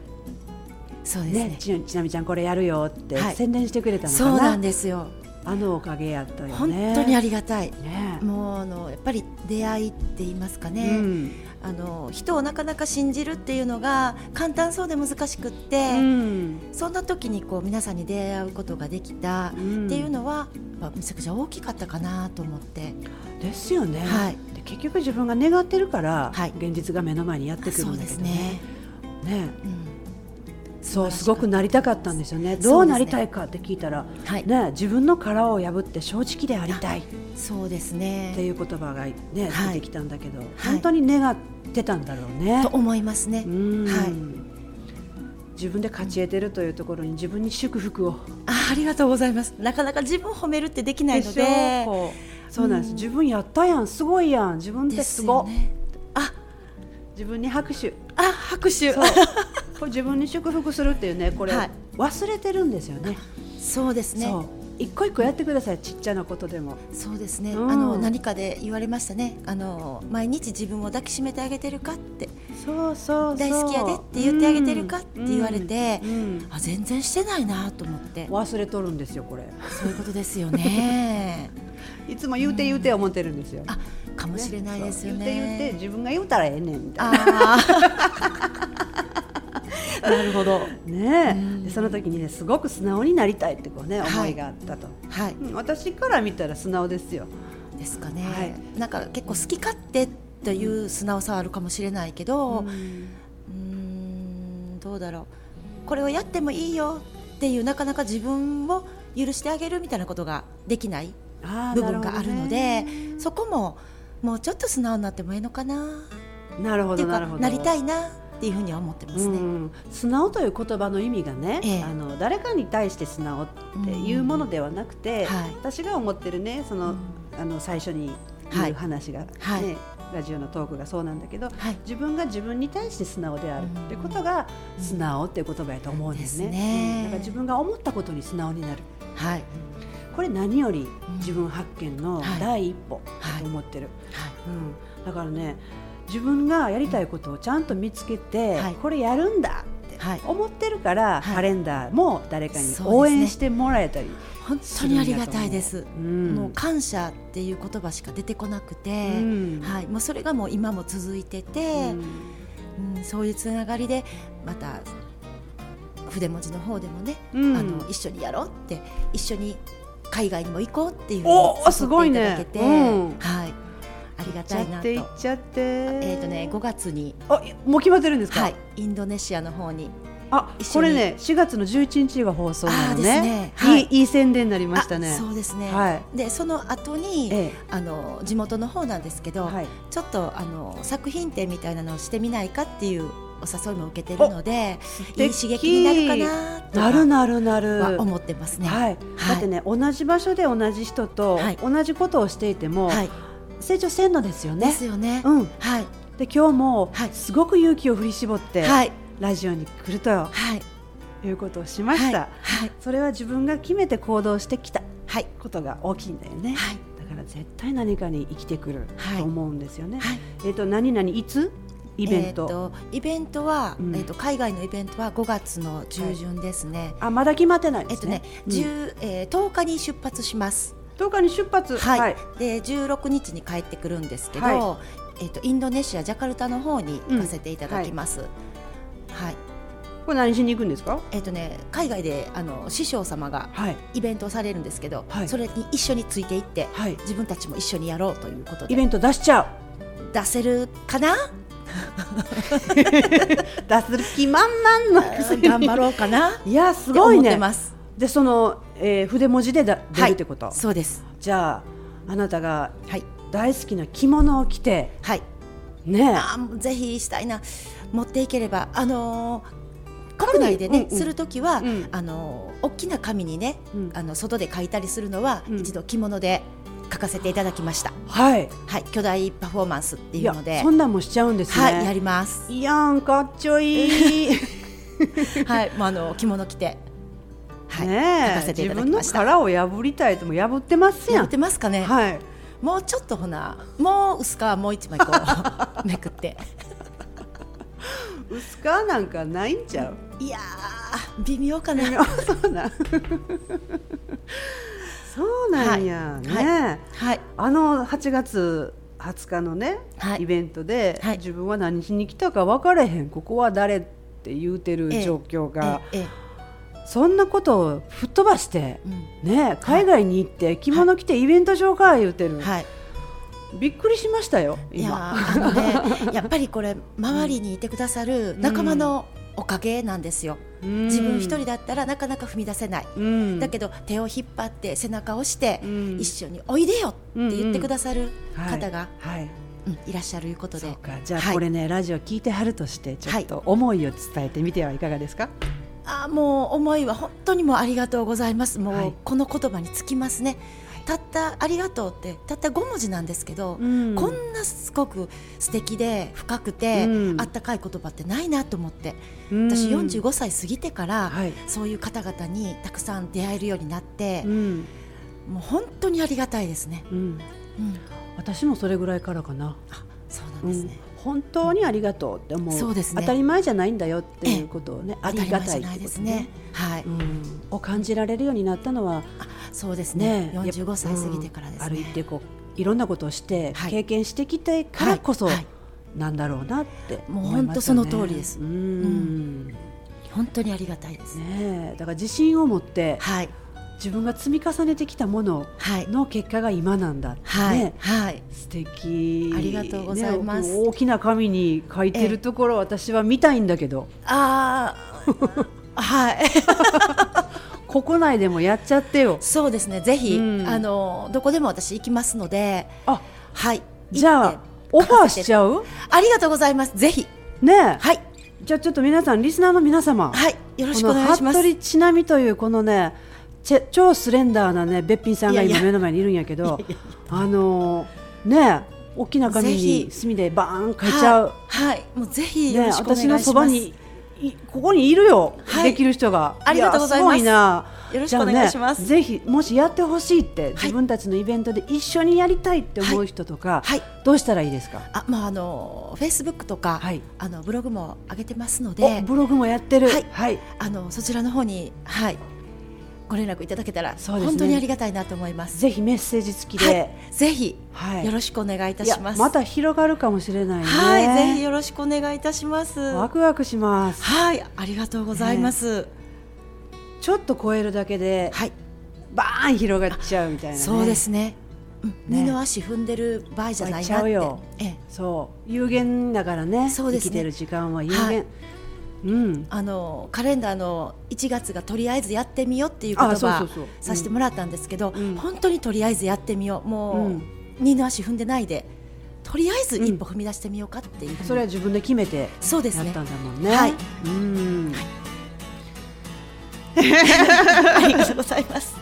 [SPEAKER 2] そうですね
[SPEAKER 1] ねちなちなみちゃんこれやるよって
[SPEAKER 2] はい
[SPEAKER 1] 宣伝してくれたのか
[SPEAKER 2] そう
[SPEAKER 1] な,、
[SPEAKER 2] なんですよ
[SPEAKER 1] あのおかげやったよね
[SPEAKER 2] 本当にありがたい
[SPEAKER 1] ね
[SPEAKER 2] もうあのやっぱり出会いって言いますかね、
[SPEAKER 1] うん
[SPEAKER 2] あの人をなかなか信じるっていうのが簡単そうで難しくって、
[SPEAKER 1] うん
[SPEAKER 2] そんな時にこう皆さんに出会うことができたっ
[SPEAKER 1] うん
[SPEAKER 2] ていうのは、まあめちゃくちゃ大きかったかなと思って
[SPEAKER 1] ですよね、
[SPEAKER 2] はい
[SPEAKER 1] で結局自分が願ってるから、
[SPEAKER 2] はい
[SPEAKER 1] 現実が目の前にやってくる
[SPEAKER 2] そ
[SPEAKER 1] ん
[SPEAKER 2] う
[SPEAKER 1] だ
[SPEAKER 2] で
[SPEAKER 1] け
[SPEAKER 2] す
[SPEAKER 1] どね
[SPEAKER 2] ね、
[SPEAKER 1] ね
[SPEAKER 2] うん
[SPEAKER 1] そう
[SPEAKER 2] 素晴らしかった
[SPEAKER 1] すごくなりたかったんですよね
[SPEAKER 2] そうですね
[SPEAKER 1] どうなりたいかって聞いたら、
[SPEAKER 2] はい
[SPEAKER 1] ね、自分の殻を破って正直でありたい
[SPEAKER 2] そうで
[SPEAKER 1] っ
[SPEAKER 2] す
[SPEAKER 1] て
[SPEAKER 2] ね
[SPEAKER 1] いう言葉がね、出
[SPEAKER 2] はい
[SPEAKER 1] てきたんだけど、本当に願ってたんだろうね。
[SPEAKER 2] と思いますね、
[SPEAKER 1] うん
[SPEAKER 2] はい
[SPEAKER 1] 自分で勝ち得てるというところに自分に祝福を
[SPEAKER 2] あありがとうございますなかなか自分褒めるってできないので
[SPEAKER 1] しょこうそうなんです、
[SPEAKER 2] うん
[SPEAKER 1] 自分やったやんすごいやん自分ってすご
[SPEAKER 2] よねあ
[SPEAKER 1] 自分に拍 手
[SPEAKER 2] あ拍手
[SPEAKER 1] そうこれ自分に祝福するっていうねこれ、
[SPEAKER 2] はい
[SPEAKER 1] 忘れてるんですよね
[SPEAKER 2] そうですね
[SPEAKER 1] そう一個一個やってくださいちっちゃなことでも
[SPEAKER 2] そうですね、
[SPEAKER 1] うん
[SPEAKER 2] あの何かで言われましたねあの毎日自分を抱きしめてあげてるかって
[SPEAKER 1] そうそうそう
[SPEAKER 2] 大好きやでって言ってあげてるかって言われて
[SPEAKER 1] うんうん
[SPEAKER 2] あ全然してないなと思って
[SPEAKER 1] 忘れとるんですよこれ
[SPEAKER 2] そういうことです よね
[SPEAKER 1] いつも言うて言うて思ってるんですよ。
[SPEAKER 2] あかもしれないですよね
[SPEAKER 1] そう言うて言うて自分が言うたらええねんみたい
[SPEAKER 2] あーなるほど
[SPEAKER 1] な。
[SPEAKER 2] う
[SPEAKER 1] ねえ、
[SPEAKER 2] ん
[SPEAKER 1] でその時にねすごく素直になりたいってこうね
[SPEAKER 2] はい
[SPEAKER 1] 思いがあったと。
[SPEAKER 2] はい
[SPEAKER 1] うん私から見たら素直ですよ。
[SPEAKER 2] ですかね、
[SPEAKER 1] は
[SPEAKER 2] なんか結構好き勝手という素直さはあるかもしれないけど、
[SPEAKER 1] うん
[SPEAKER 2] うーんどうだろうこれをやってもいいよっていうなかなか自分を許してあげるみたいなことができない
[SPEAKER 1] あー
[SPEAKER 2] 部分があるのでそこももうちょっと素直になってもいいのかな
[SPEAKER 1] なるほ
[SPEAKER 2] ってい
[SPEAKER 1] ど
[SPEAKER 2] う
[SPEAKER 1] な
[SPEAKER 2] か
[SPEAKER 1] るほど。
[SPEAKER 2] なりたいなっていうふうには思ってます
[SPEAKER 1] う
[SPEAKER 2] ね。
[SPEAKER 1] ん、素直という言葉の意味がね、
[SPEAKER 2] ええ
[SPEAKER 1] あの誰かに対して素直っていうものではなくて、
[SPEAKER 2] はい
[SPEAKER 1] 私が思ってるねその、
[SPEAKER 2] うん
[SPEAKER 1] あの最初に
[SPEAKER 2] は
[SPEAKER 1] 言う
[SPEAKER 2] い
[SPEAKER 1] 話が、ね
[SPEAKER 2] はい
[SPEAKER 1] ラジオのトークがそうなんだけど、
[SPEAKER 2] はい
[SPEAKER 1] 自分が自分に対して素直であるってことが
[SPEAKER 2] うん
[SPEAKER 1] 素直っていう言葉やと思うんですね。
[SPEAKER 2] ですね
[SPEAKER 1] うんだから自分が思ったことに素直になる。
[SPEAKER 2] はい
[SPEAKER 1] これ何より
[SPEAKER 2] うん
[SPEAKER 1] 自分発見の
[SPEAKER 2] はい
[SPEAKER 1] 第一歩だと思ってる。うん、だからね、自分がやりたいことをちゃんと見つけて、
[SPEAKER 2] はい
[SPEAKER 1] これやるんだって
[SPEAKER 2] はい
[SPEAKER 1] 思ってるから、
[SPEAKER 2] はい
[SPEAKER 1] カレンダーも誰かに
[SPEAKER 2] そうですね
[SPEAKER 1] 応援してもらえたり、
[SPEAKER 2] 本当にありがたいです。
[SPEAKER 1] うん
[SPEAKER 2] もう感謝っていう言葉しか出てこなくて、
[SPEAKER 1] うん
[SPEAKER 2] はい、もうそれがもう今も続いてて、うん、そういうつながりでまた筆文字の方でもね、
[SPEAKER 1] うん
[SPEAKER 2] あの一緒にやろうって一緒に海外にも行こうっていうふうに
[SPEAKER 1] おー
[SPEAKER 2] 誘
[SPEAKER 1] すごい
[SPEAKER 2] っていた
[SPEAKER 1] ね
[SPEAKER 2] だけて、
[SPEAKER 1] うん
[SPEAKER 2] はい、ありがたい
[SPEAKER 1] 行
[SPEAKER 2] な
[SPEAKER 1] っ
[SPEAKER 2] と。
[SPEAKER 1] て
[SPEAKER 2] え
[SPEAKER 1] いっ
[SPEAKER 2] っ、
[SPEAKER 1] ちゃって。
[SPEAKER 2] とね、5月に、
[SPEAKER 1] あ、もう決まってるんですか。
[SPEAKER 2] はい、インドネシアの方に
[SPEAKER 1] あ
[SPEAKER 2] 一緒に
[SPEAKER 1] これね4月の11日が放送なのね
[SPEAKER 2] あーですねはい
[SPEAKER 1] い、いい宣伝になりましたね
[SPEAKER 2] あそうですね。
[SPEAKER 1] はい
[SPEAKER 2] でその後に、
[SPEAKER 1] え
[SPEAKER 2] あの地元の方なんですけ
[SPEAKER 1] え
[SPEAKER 2] ど、
[SPEAKER 1] はい、
[SPEAKER 2] ちょっとあの作品展みたいなのをしてみないかっていうお誘いも受けてるので、いい刺激になるかなと
[SPEAKER 1] なるなるなる
[SPEAKER 2] は思ってますね。
[SPEAKER 1] はい、だってね同じ場所で同じ人と
[SPEAKER 2] はい
[SPEAKER 1] 同じことをしていても、
[SPEAKER 2] はい
[SPEAKER 1] 成長せんのですよ
[SPEAKER 2] で
[SPEAKER 1] ね。
[SPEAKER 2] すよね。
[SPEAKER 1] うん、
[SPEAKER 2] はい
[SPEAKER 1] で今日も
[SPEAKER 2] はい
[SPEAKER 1] すごく勇気を振り絞って、
[SPEAKER 2] はい
[SPEAKER 1] ラジオに来ると
[SPEAKER 2] はい
[SPEAKER 1] いうことをしま
[SPEAKER 2] は
[SPEAKER 1] し
[SPEAKER 2] い
[SPEAKER 1] た、
[SPEAKER 2] はい
[SPEAKER 1] それは自分が決めて行動してきた
[SPEAKER 2] はい
[SPEAKER 1] ことが大きいんだよね、
[SPEAKER 2] はい
[SPEAKER 1] だから絶対何かに生きてくる
[SPEAKER 2] はい
[SPEAKER 1] と思うんですよね、
[SPEAKER 2] はい
[SPEAKER 1] えっ、と何々いつイベント、
[SPEAKER 2] えーとイベントは、
[SPEAKER 1] うん
[SPEAKER 2] えーと海外のイベントは5月の中旬ですね。
[SPEAKER 1] あまだ決まってない
[SPEAKER 2] え
[SPEAKER 1] で
[SPEAKER 2] っ
[SPEAKER 1] す
[SPEAKER 2] とね
[SPEAKER 1] ね、
[SPEAKER 2] 10えー10日に出発します。
[SPEAKER 1] 10日に出発
[SPEAKER 2] はい、で16日に帰ってくるんですけど、
[SPEAKER 1] は
[SPEAKER 2] えっとインドネシアジャカルタの方に行かせていただきます。はい、
[SPEAKER 1] これ何しに行くんですか
[SPEAKER 2] えっとね海外であの師匠様が
[SPEAKER 1] はい
[SPEAKER 2] イベントをされるんですけど、
[SPEAKER 1] はい
[SPEAKER 2] それに一緒についていって
[SPEAKER 1] はい
[SPEAKER 2] 自分たちも一緒にやろうということ
[SPEAKER 1] イ
[SPEAKER 2] で
[SPEAKER 1] ベント出しちゃう
[SPEAKER 2] 出せる かな
[SPEAKER 1] 出す気満々の くせに
[SPEAKER 2] 頑張ろうかなって
[SPEAKER 1] いやすご
[SPEAKER 2] 思
[SPEAKER 1] い
[SPEAKER 2] って
[SPEAKER 1] ね
[SPEAKER 2] ます。
[SPEAKER 1] でその、えー筆文字でだ出
[SPEAKER 2] はい
[SPEAKER 1] るってこと、
[SPEAKER 2] そうです。
[SPEAKER 1] じゃああなたが
[SPEAKER 2] はい
[SPEAKER 1] 大好きな着物を着て
[SPEAKER 2] はい。
[SPEAKER 1] ね
[SPEAKER 2] あーぜひしたいな持っていければあのー国内で
[SPEAKER 1] う
[SPEAKER 2] ね、
[SPEAKER 1] んうん
[SPEAKER 2] するときは、
[SPEAKER 1] うん
[SPEAKER 2] あのー大きな紙にね、
[SPEAKER 1] うん
[SPEAKER 2] あの外で書いたりするのは、
[SPEAKER 1] うん
[SPEAKER 2] 一度着物で書かせていただきました。
[SPEAKER 1] はい
[SPEAKER 2] はい、巨大パフォーマンスって
[SPEAKER 1] い
[SPEAKER 2] いう
[SPEAKER 1] や
[SPEAKER 2] ので、
[SPEAKER 1] そんなんもしちゃうんですね、
[SPEAKER 2] はい、やります。
[SPEAKER 1] いやんかっちょいい、
[SPEAKER 2] はい、もうあの着物着て、 はい、
[SPEAKER 1] ね
[SPEAKER 2] 書か
[SPEAKER 1] え
[SPEAKER 2] せて
[SPEAKER 1] 自
[SPEAKER 2] いただき
[SPEAKER 1] 分の
[SPEAKER 2] ました。
[SPEAKER 1] 殻を破りたいとも破ってますや
[SPEAKER 2] や
[SPEAKER 1] ん
[SPEAKER 2] ってますかね。
[SPEAKER 1] はい
[SPEAKER 2] もうちょっとほな、もう薄皮もう一枚こ うめくって。
[SPEAKER 1] 薄皮なんかないんちゃう
[SPEAKER 2] いやー、微妙かな。
[SPEAKER 1] あそうなんそうなんや、ねえ、
[SPEAKER 2] はい。
[SPEAKER 1] あの8月20日のね、
[SPEAKER 2] はい
[SPEAKER 1] イベントで、
[SPEAKER 2] はい
[SPEAKER 1] 自分は何しに来たか分かれへんここは誰って言うてる
[SPEAKER 2] ええ
[SPEAKER 1] 状況が、
[SPEAKER 2] ええ、
[SPEAKER 1] そんなことを吹っ飛ばして、
[SPEAKER 2] う
[SPEAKER 1] ね、海外に行って着物着てイベント紹介言うてる、
[SPEAKER 2] ん、はい。
[SPEAKER 1] びっくりしましたよ
[SPEAKER 2] いや
[SPEAKER 1] 今。
[SPEAKER 2] あのねやっぱりこれ周りにいてくださる仲間のおかげなんですよ、自分一人だったらなかなか踏み出せない、
[SPEAKER 1] うん
[SPEAKER 2] だけど手を引っ張って背中を押して、
[SPEAKER 1] うん
[SPEAKER 2] 一緒においでよって言ってくださる
[SPEAKER 1] はい
[SPEAKER 2] 方が、
[SPEAKER 1] はい
[SPEAKER 2] うんいらっしゃるいうことで
[SPEAKER 1] そうかじゃ
[SPEAKER 2] は
[SPEAKER 1] あ
[SPEAKER 2] い
[SPEAKER 1] これね、ラジオ聞いてはるとしてちょっと思いを伝えてみてはいかがですか、
[SPEAKER 2] あーもう思いは本当にもうありがとうございますもう、
[SPEAKER 1] はい
[SPEAKER 2] この言葉に尽きますねたったありがとうってたった5文字なんですけど、
[SPEAKER 1] うん
[SPEAKER 2] こんなすごく素敵で深くて、
[SPEAKER 1] うん
[SPEAKER 2] あったかい言葉ってないなと思って私
[SPEAKER 1] うん
[SPEAKER 2] 45歳過ぎてから、
[SPEAKER 1] はい
[SPEAKER 2] そういう方々にたくさん出会えるようになって
[SPEAKER 1] う、ん
[SPEAKER 2] もう本当にありがたいですね。
[SPEAKER 1] うん、
[SPEAKER 2] うん、
[SPEAKER 1] 私もそれぐらいからかな
[SPEAKER 2] あそうなん
[SPEAKER 1] う
[SPEAKER 2] です
[SPEAKER 1] ん
[SPEAKER 2] ね。、
[SPEAKER 1] 本当にありがとうって思う,、
[SPEAKER 2] そうですね
[SPEAKER 1] 当たり前じゃないんだよっていうことをね、あ
[SPEAKER 2] 当た
[SPEAKER 1] り
[SPEAKER 2] り
[SPEAKER 1] が
[SPEAKER 2] 前じ
[SPEAKER 1] た
[SPEAKER 2] ゃ
[SPEAKER 1] いってこ
[SPEAKER 2] ない
[SPEAKER 1] と
[SPEAKER 2] ですね。はい、
[SPEAKER 1] うん、を感じられるようになったのは
[SPEAKER 2] あそうですね
[SPEAKER 1] ね。
[SPEAKER 2] 四十五歳
[SPEAKER 1] やっ
[SPEAKER 2] 過
[SPEAKER 1] ぱ
[SPEAKER 2] ぎてからです
[SPEAKER 1] うん
[SPEAKER 2] ね。
[SPEAKER 1] 歩いてこういろんなことをして、
[SPEAKER 2] はい
[SPEAKER 1] 経験してきてからこそ、
[SPEAKER 2] はいはい
[SPEAKER 1] なんだろうなって
[SPEAKER 2] もう
[SPEAKER 1] 思いま
[SPEAKER 2] 本当
[SPEAKER 1] す
[SPEAKER 2] そ
[SPEAKER 1] よね
[SPEAKER 2] の通りです
[SPEAKER 1] うん、
[SPEAKER 2] 本当にありがたいですね。
[SPEAKER 1] ねえ、だから自信を持って
[SPEAKER 2] はい
[SPEAKER 1] 自分が積み重ねてきたもの
[SPEAKER 2] はい
[SPEAKER 1] の結果が今なんだって、
[SPEAKER 2] はい、
[SPEAKER 1] ね
[SPEAKER 2] はい。
[SPEAKER 1] 素敵
[SPEAKER 2] ありがとうございます
[SPEAKER 1] ね大きな紙に書いてるところ、私は見たいんだけど
[SPEAKER 2] あ あはい。
[SPEAKER 1] 国内でもやっちゃってよ
[SPEAKER 2] そうですね。ぜひ、
[SPEAKER 1] うん
[SPEAKER 2] あのどこでも私行きますので、
[SPEAKER 1] あ
[SPEAKER 2] はい。
[SPEAKER 1] じゃ
[SPEAKER 2] 行
[SPEAKER 1] あ
[SPEAKER 2] って
[SPEAKER 1] オファーしちゃう
[SPEAKER 2] ありがとうございます。ぜひ
[SPEAKER 1] ねえ
[SPEAKER 2] はい
[SPEAKER 1] じゃあちょっと皆さんリスナーの皆様、
[SPEAKER 2] はいよろしく
[SPEAKER 1] こ
[SPEAKER 2] お
[SPEAKER 1] の
[SPEAKER 2] 願いします。
[SPEAKER 1] 服部ちなみというこのねチェ超スレンダーなねべっぴんさんが
[SPEAKER 2] いや
[SPEAKER 1] 今
[SPEAKER 2] いや
[SPEAKER 1] 目の前にいるんやけどあのーねえ大きな紙
[SPEAKER 2] ぜひ
[SPEAKER 1] に墨でバーン書いちゃう、
[SPEAKER 2] はい、はい、もうぜひよ
[SPEAKER 1] ねえ
[SPEAKER 2] ろしくお願い
[SPEAKER 1] 私
[SPEAKER 2] し
[SPEAKER 1] の
[SPEAKER 2] ます。
[SPEAKER 1] そばにいここにいるよ、
[SPEAKER 2] はい
[SPEAKER 1] できる人が
[SPEAKER 2] ありがとうございます
[SPEAKER 1] やすごいな
[SPEAKER 2] よろしくお願いします
[SPEAKER 1] じゃあね、ぜひもしやってほしいって、自分たちのイベントで一緒にやりたいって思う人とか、
[SPEAKER 2] はい
[SPEAKER 1] どうしたらいいですか、
[SPEAKER 2] あ、まああのフェイスブックとか、
[SPEAKER 1] はい
[SPEAKER 2] あのブログも上げてますの
[SPEAKER 1] お
[SPEAKER 2] で、
[SPEAKER 1] ブログもやってる
[SPEAKER 2] はい
[SPEAKER 1] はい
[SPEAKER 2] あのそちらの方にはいご連絡いただけたら、
[SPEAKER 1] そうですね
[SPEAKER 2] 本当にありがたいなと思います。
[SPEAKER 1] ぜひメッセージ付き
[SPEAKER 2] は
[SPEAKER 1] で
[SPEAKER 2] い、、ぜひ、
[SPEAKER 1] はい
[SPEAKER 2] よろしくお願いいた
[SPEAKER 1] いや
[SPEAKER 2] します。
[SPEAKER 1] また広がるかもしれないね。
[SPEAKER 2] はい、ぜひよろしくお願いいたします。
[SPEAKER 1] ワ
[SPEAKER 2] は
[SPEAKER 1] クワクします。
[SPEAKER 2] い、ありがとうございます。
[SPEAKER 1] ちょっと超えるだけで、
[SPEAKER 2] はい、
[SPEAKER 1] バーン広がっちゃうみたいな、ね。
[SPEAKER 2] そうで。すね。うん
[SPEAKER 1] ね
[SPEAKER 2] 二の足踏んでる場合じゃ
[SPEAKER 1] 湧
[SPEAKER 2] ないなっ
[SPEAKER 1] い
[SPEAKER 2] て
[SPEAKER 1] ちゃうよ。
[SPEAKER 2] ええ
[SPEAKER 1] そう有限だからね。
[SPEAKER 2] そうで
[SPEAKER 1] 生
[SPEAKER 2] すね
[SPEAKER 1] きてる時間は有限。
[SPEAKER 2] はい
[SPEAKER 1] うん、
[SPEAKER 2] あのカレンダーの1月がとりあえずやってみようっていう言
[SPEAKER 1] あそうそ
[SPEAKER 2] 葉
[SPEAKER 1] うそう
[SPEAKER 2] させてもらったんですけど、
[SPEAKER 1] うん
[SPEAKER 2] 本当にとりあえずやってみようもう、
[SPEAKER 1] うん
[SPEAKER 2] 二の足踏んでないでとりあえず一歩踏み出してみようかっていうふうに、
[SPEAKER 1] それは自分で決めて
[SPEAKER 2] そうです
[SPEAKER 1] やっ
[SPEAKER 2] ね
[SPEAKER 1] たんだもんね。
[SPEAKER 2] はい
[SPEAKER 1] うん、
[SPEAKER 2] ありがとうございます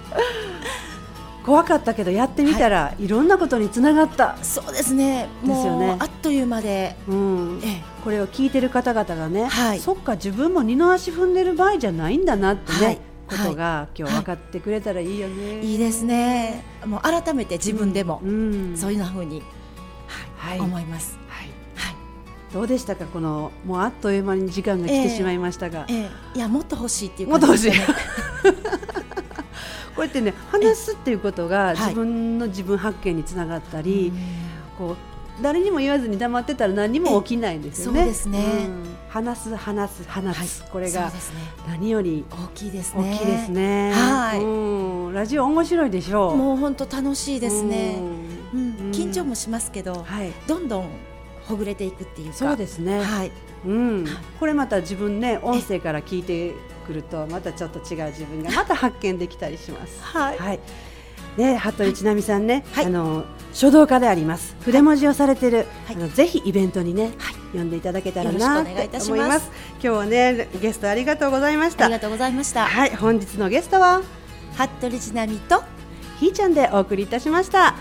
[SPEAKER 1] 怖かったけどやってみたら、い、ろんなことにつながった。
[SPEAKER 2] そうですねもう
[SPEAKER 1] ですよね
[SPEAKER 2] あっという間で、
[SPEAKER 1] うん
[SPEAKER 2] え、え
[SPEAKER 1] これを聞いてる方々がね、
[SPEAKER 2] はい
[SPEAKER 1] そっか自分も二の足踏んでる場合じゃないんだなってね、
[SPEAKER 2] はい
[SPEAKER 1] ことが今日分かってくれたらいいよね。
[SPEAKER 2] いいですねもう改めて自分でも、
[SPEAKER 1] うん、
[SPEAKER 2] そういうふうに
[SPEAKER 1] はい、はい
[SPEAKER 2] 思います、はい
[SPEAKER 1] どうでしたかこのもうあっという間に時間が来てしまいましたが、
[SPEAKER 2] ええいやもっと欲しいっていう
[SPEAKER 1] もっ
[SPEAKER 2] 感
[SPEAKER 1] と
[SPEAKER 2] じ
[SPEAKER 1] 欲
[SPEAKER 2] で
[SPEAKER 1] し
[SPEAKER 2] す
[SPEAKER 1] い
[SPEAKER 2] ね。
[SPEAKER 1] こうやってね話すっていうことが
[SPEAKER 2] い
[SPEAKER 1] 自分の自分発見につながったり、
[SPEAKER 2] うん
[SPEAKER 1] こう誰にも言わずに黙ってたら何にも起きないんですよね。
[SPEAKER 2] えそうですね
[SPEAKER 1] ん話す話す話す、これ
[SPEAKER 2] そう
[SPEAKER 1] が
[SPEAKER 2] ですね
[SPEAKER 1] 何より
[SPEAKER 2] 大きいですね
[SPEAKER 1] 大きいですね。
[SPEAKER 2] はい
[SPEAKER 1] うんラジオ面白いでしょう。
[SPEAKER 2] もう本当楽しいですね、
[SPEAKER 1] う
[SPEAKER 2] うん
[SPEAKER 1] うん
[SPEAKER 2] 緊張もしますけど
[SPEAKER 1] ん。はい。
[SPEAKER 2] どんどんほぐれていくっていうか
[SPEAKER 1] そうですね。
[SPEAKER 2] はい
[SPEAKER 1] うん。これまた自分ね音声から聞いてくるとまたちょっと違う自分がまた発見できたりします。
[SPEAKER 2] はい
[SPEAKER 1] はい。ね、服部千奈美さんね、
[SPEAKER 2] はい
[SPEAKER 1] あの書道家であります。筆文字をされてる、
[SPEAKER 2] は
[SPEAKER 1] あ
[SPEAKER 2] い
[SPEAKER 1] のぜひイベントにね、
[SPEAKER 2] はい
[SPEAKER 1] 呼んでいただけたらな
[SPEAKER 2] よ
[SPEAKER 1] っ
[SPEAKER 2] ろしくお願いい
[SPEAKER 1] て
[SPEAKER 2] たし
[SPEAKER 1] 思い
[SPEAKER 2] ま
[SPEAKER 1] ますす。今日はねゲストありがとうございまし
[SPEAKER 2] あ
[SPEAKER 1] た
[SPEAKER 2] り。がとうございました
[SPEAKER 1] はい、本日のゲストは
[SPEAKER 2] 服部ちなみと
[SPEAKER 1] ひーちゃんでお送りいたしました。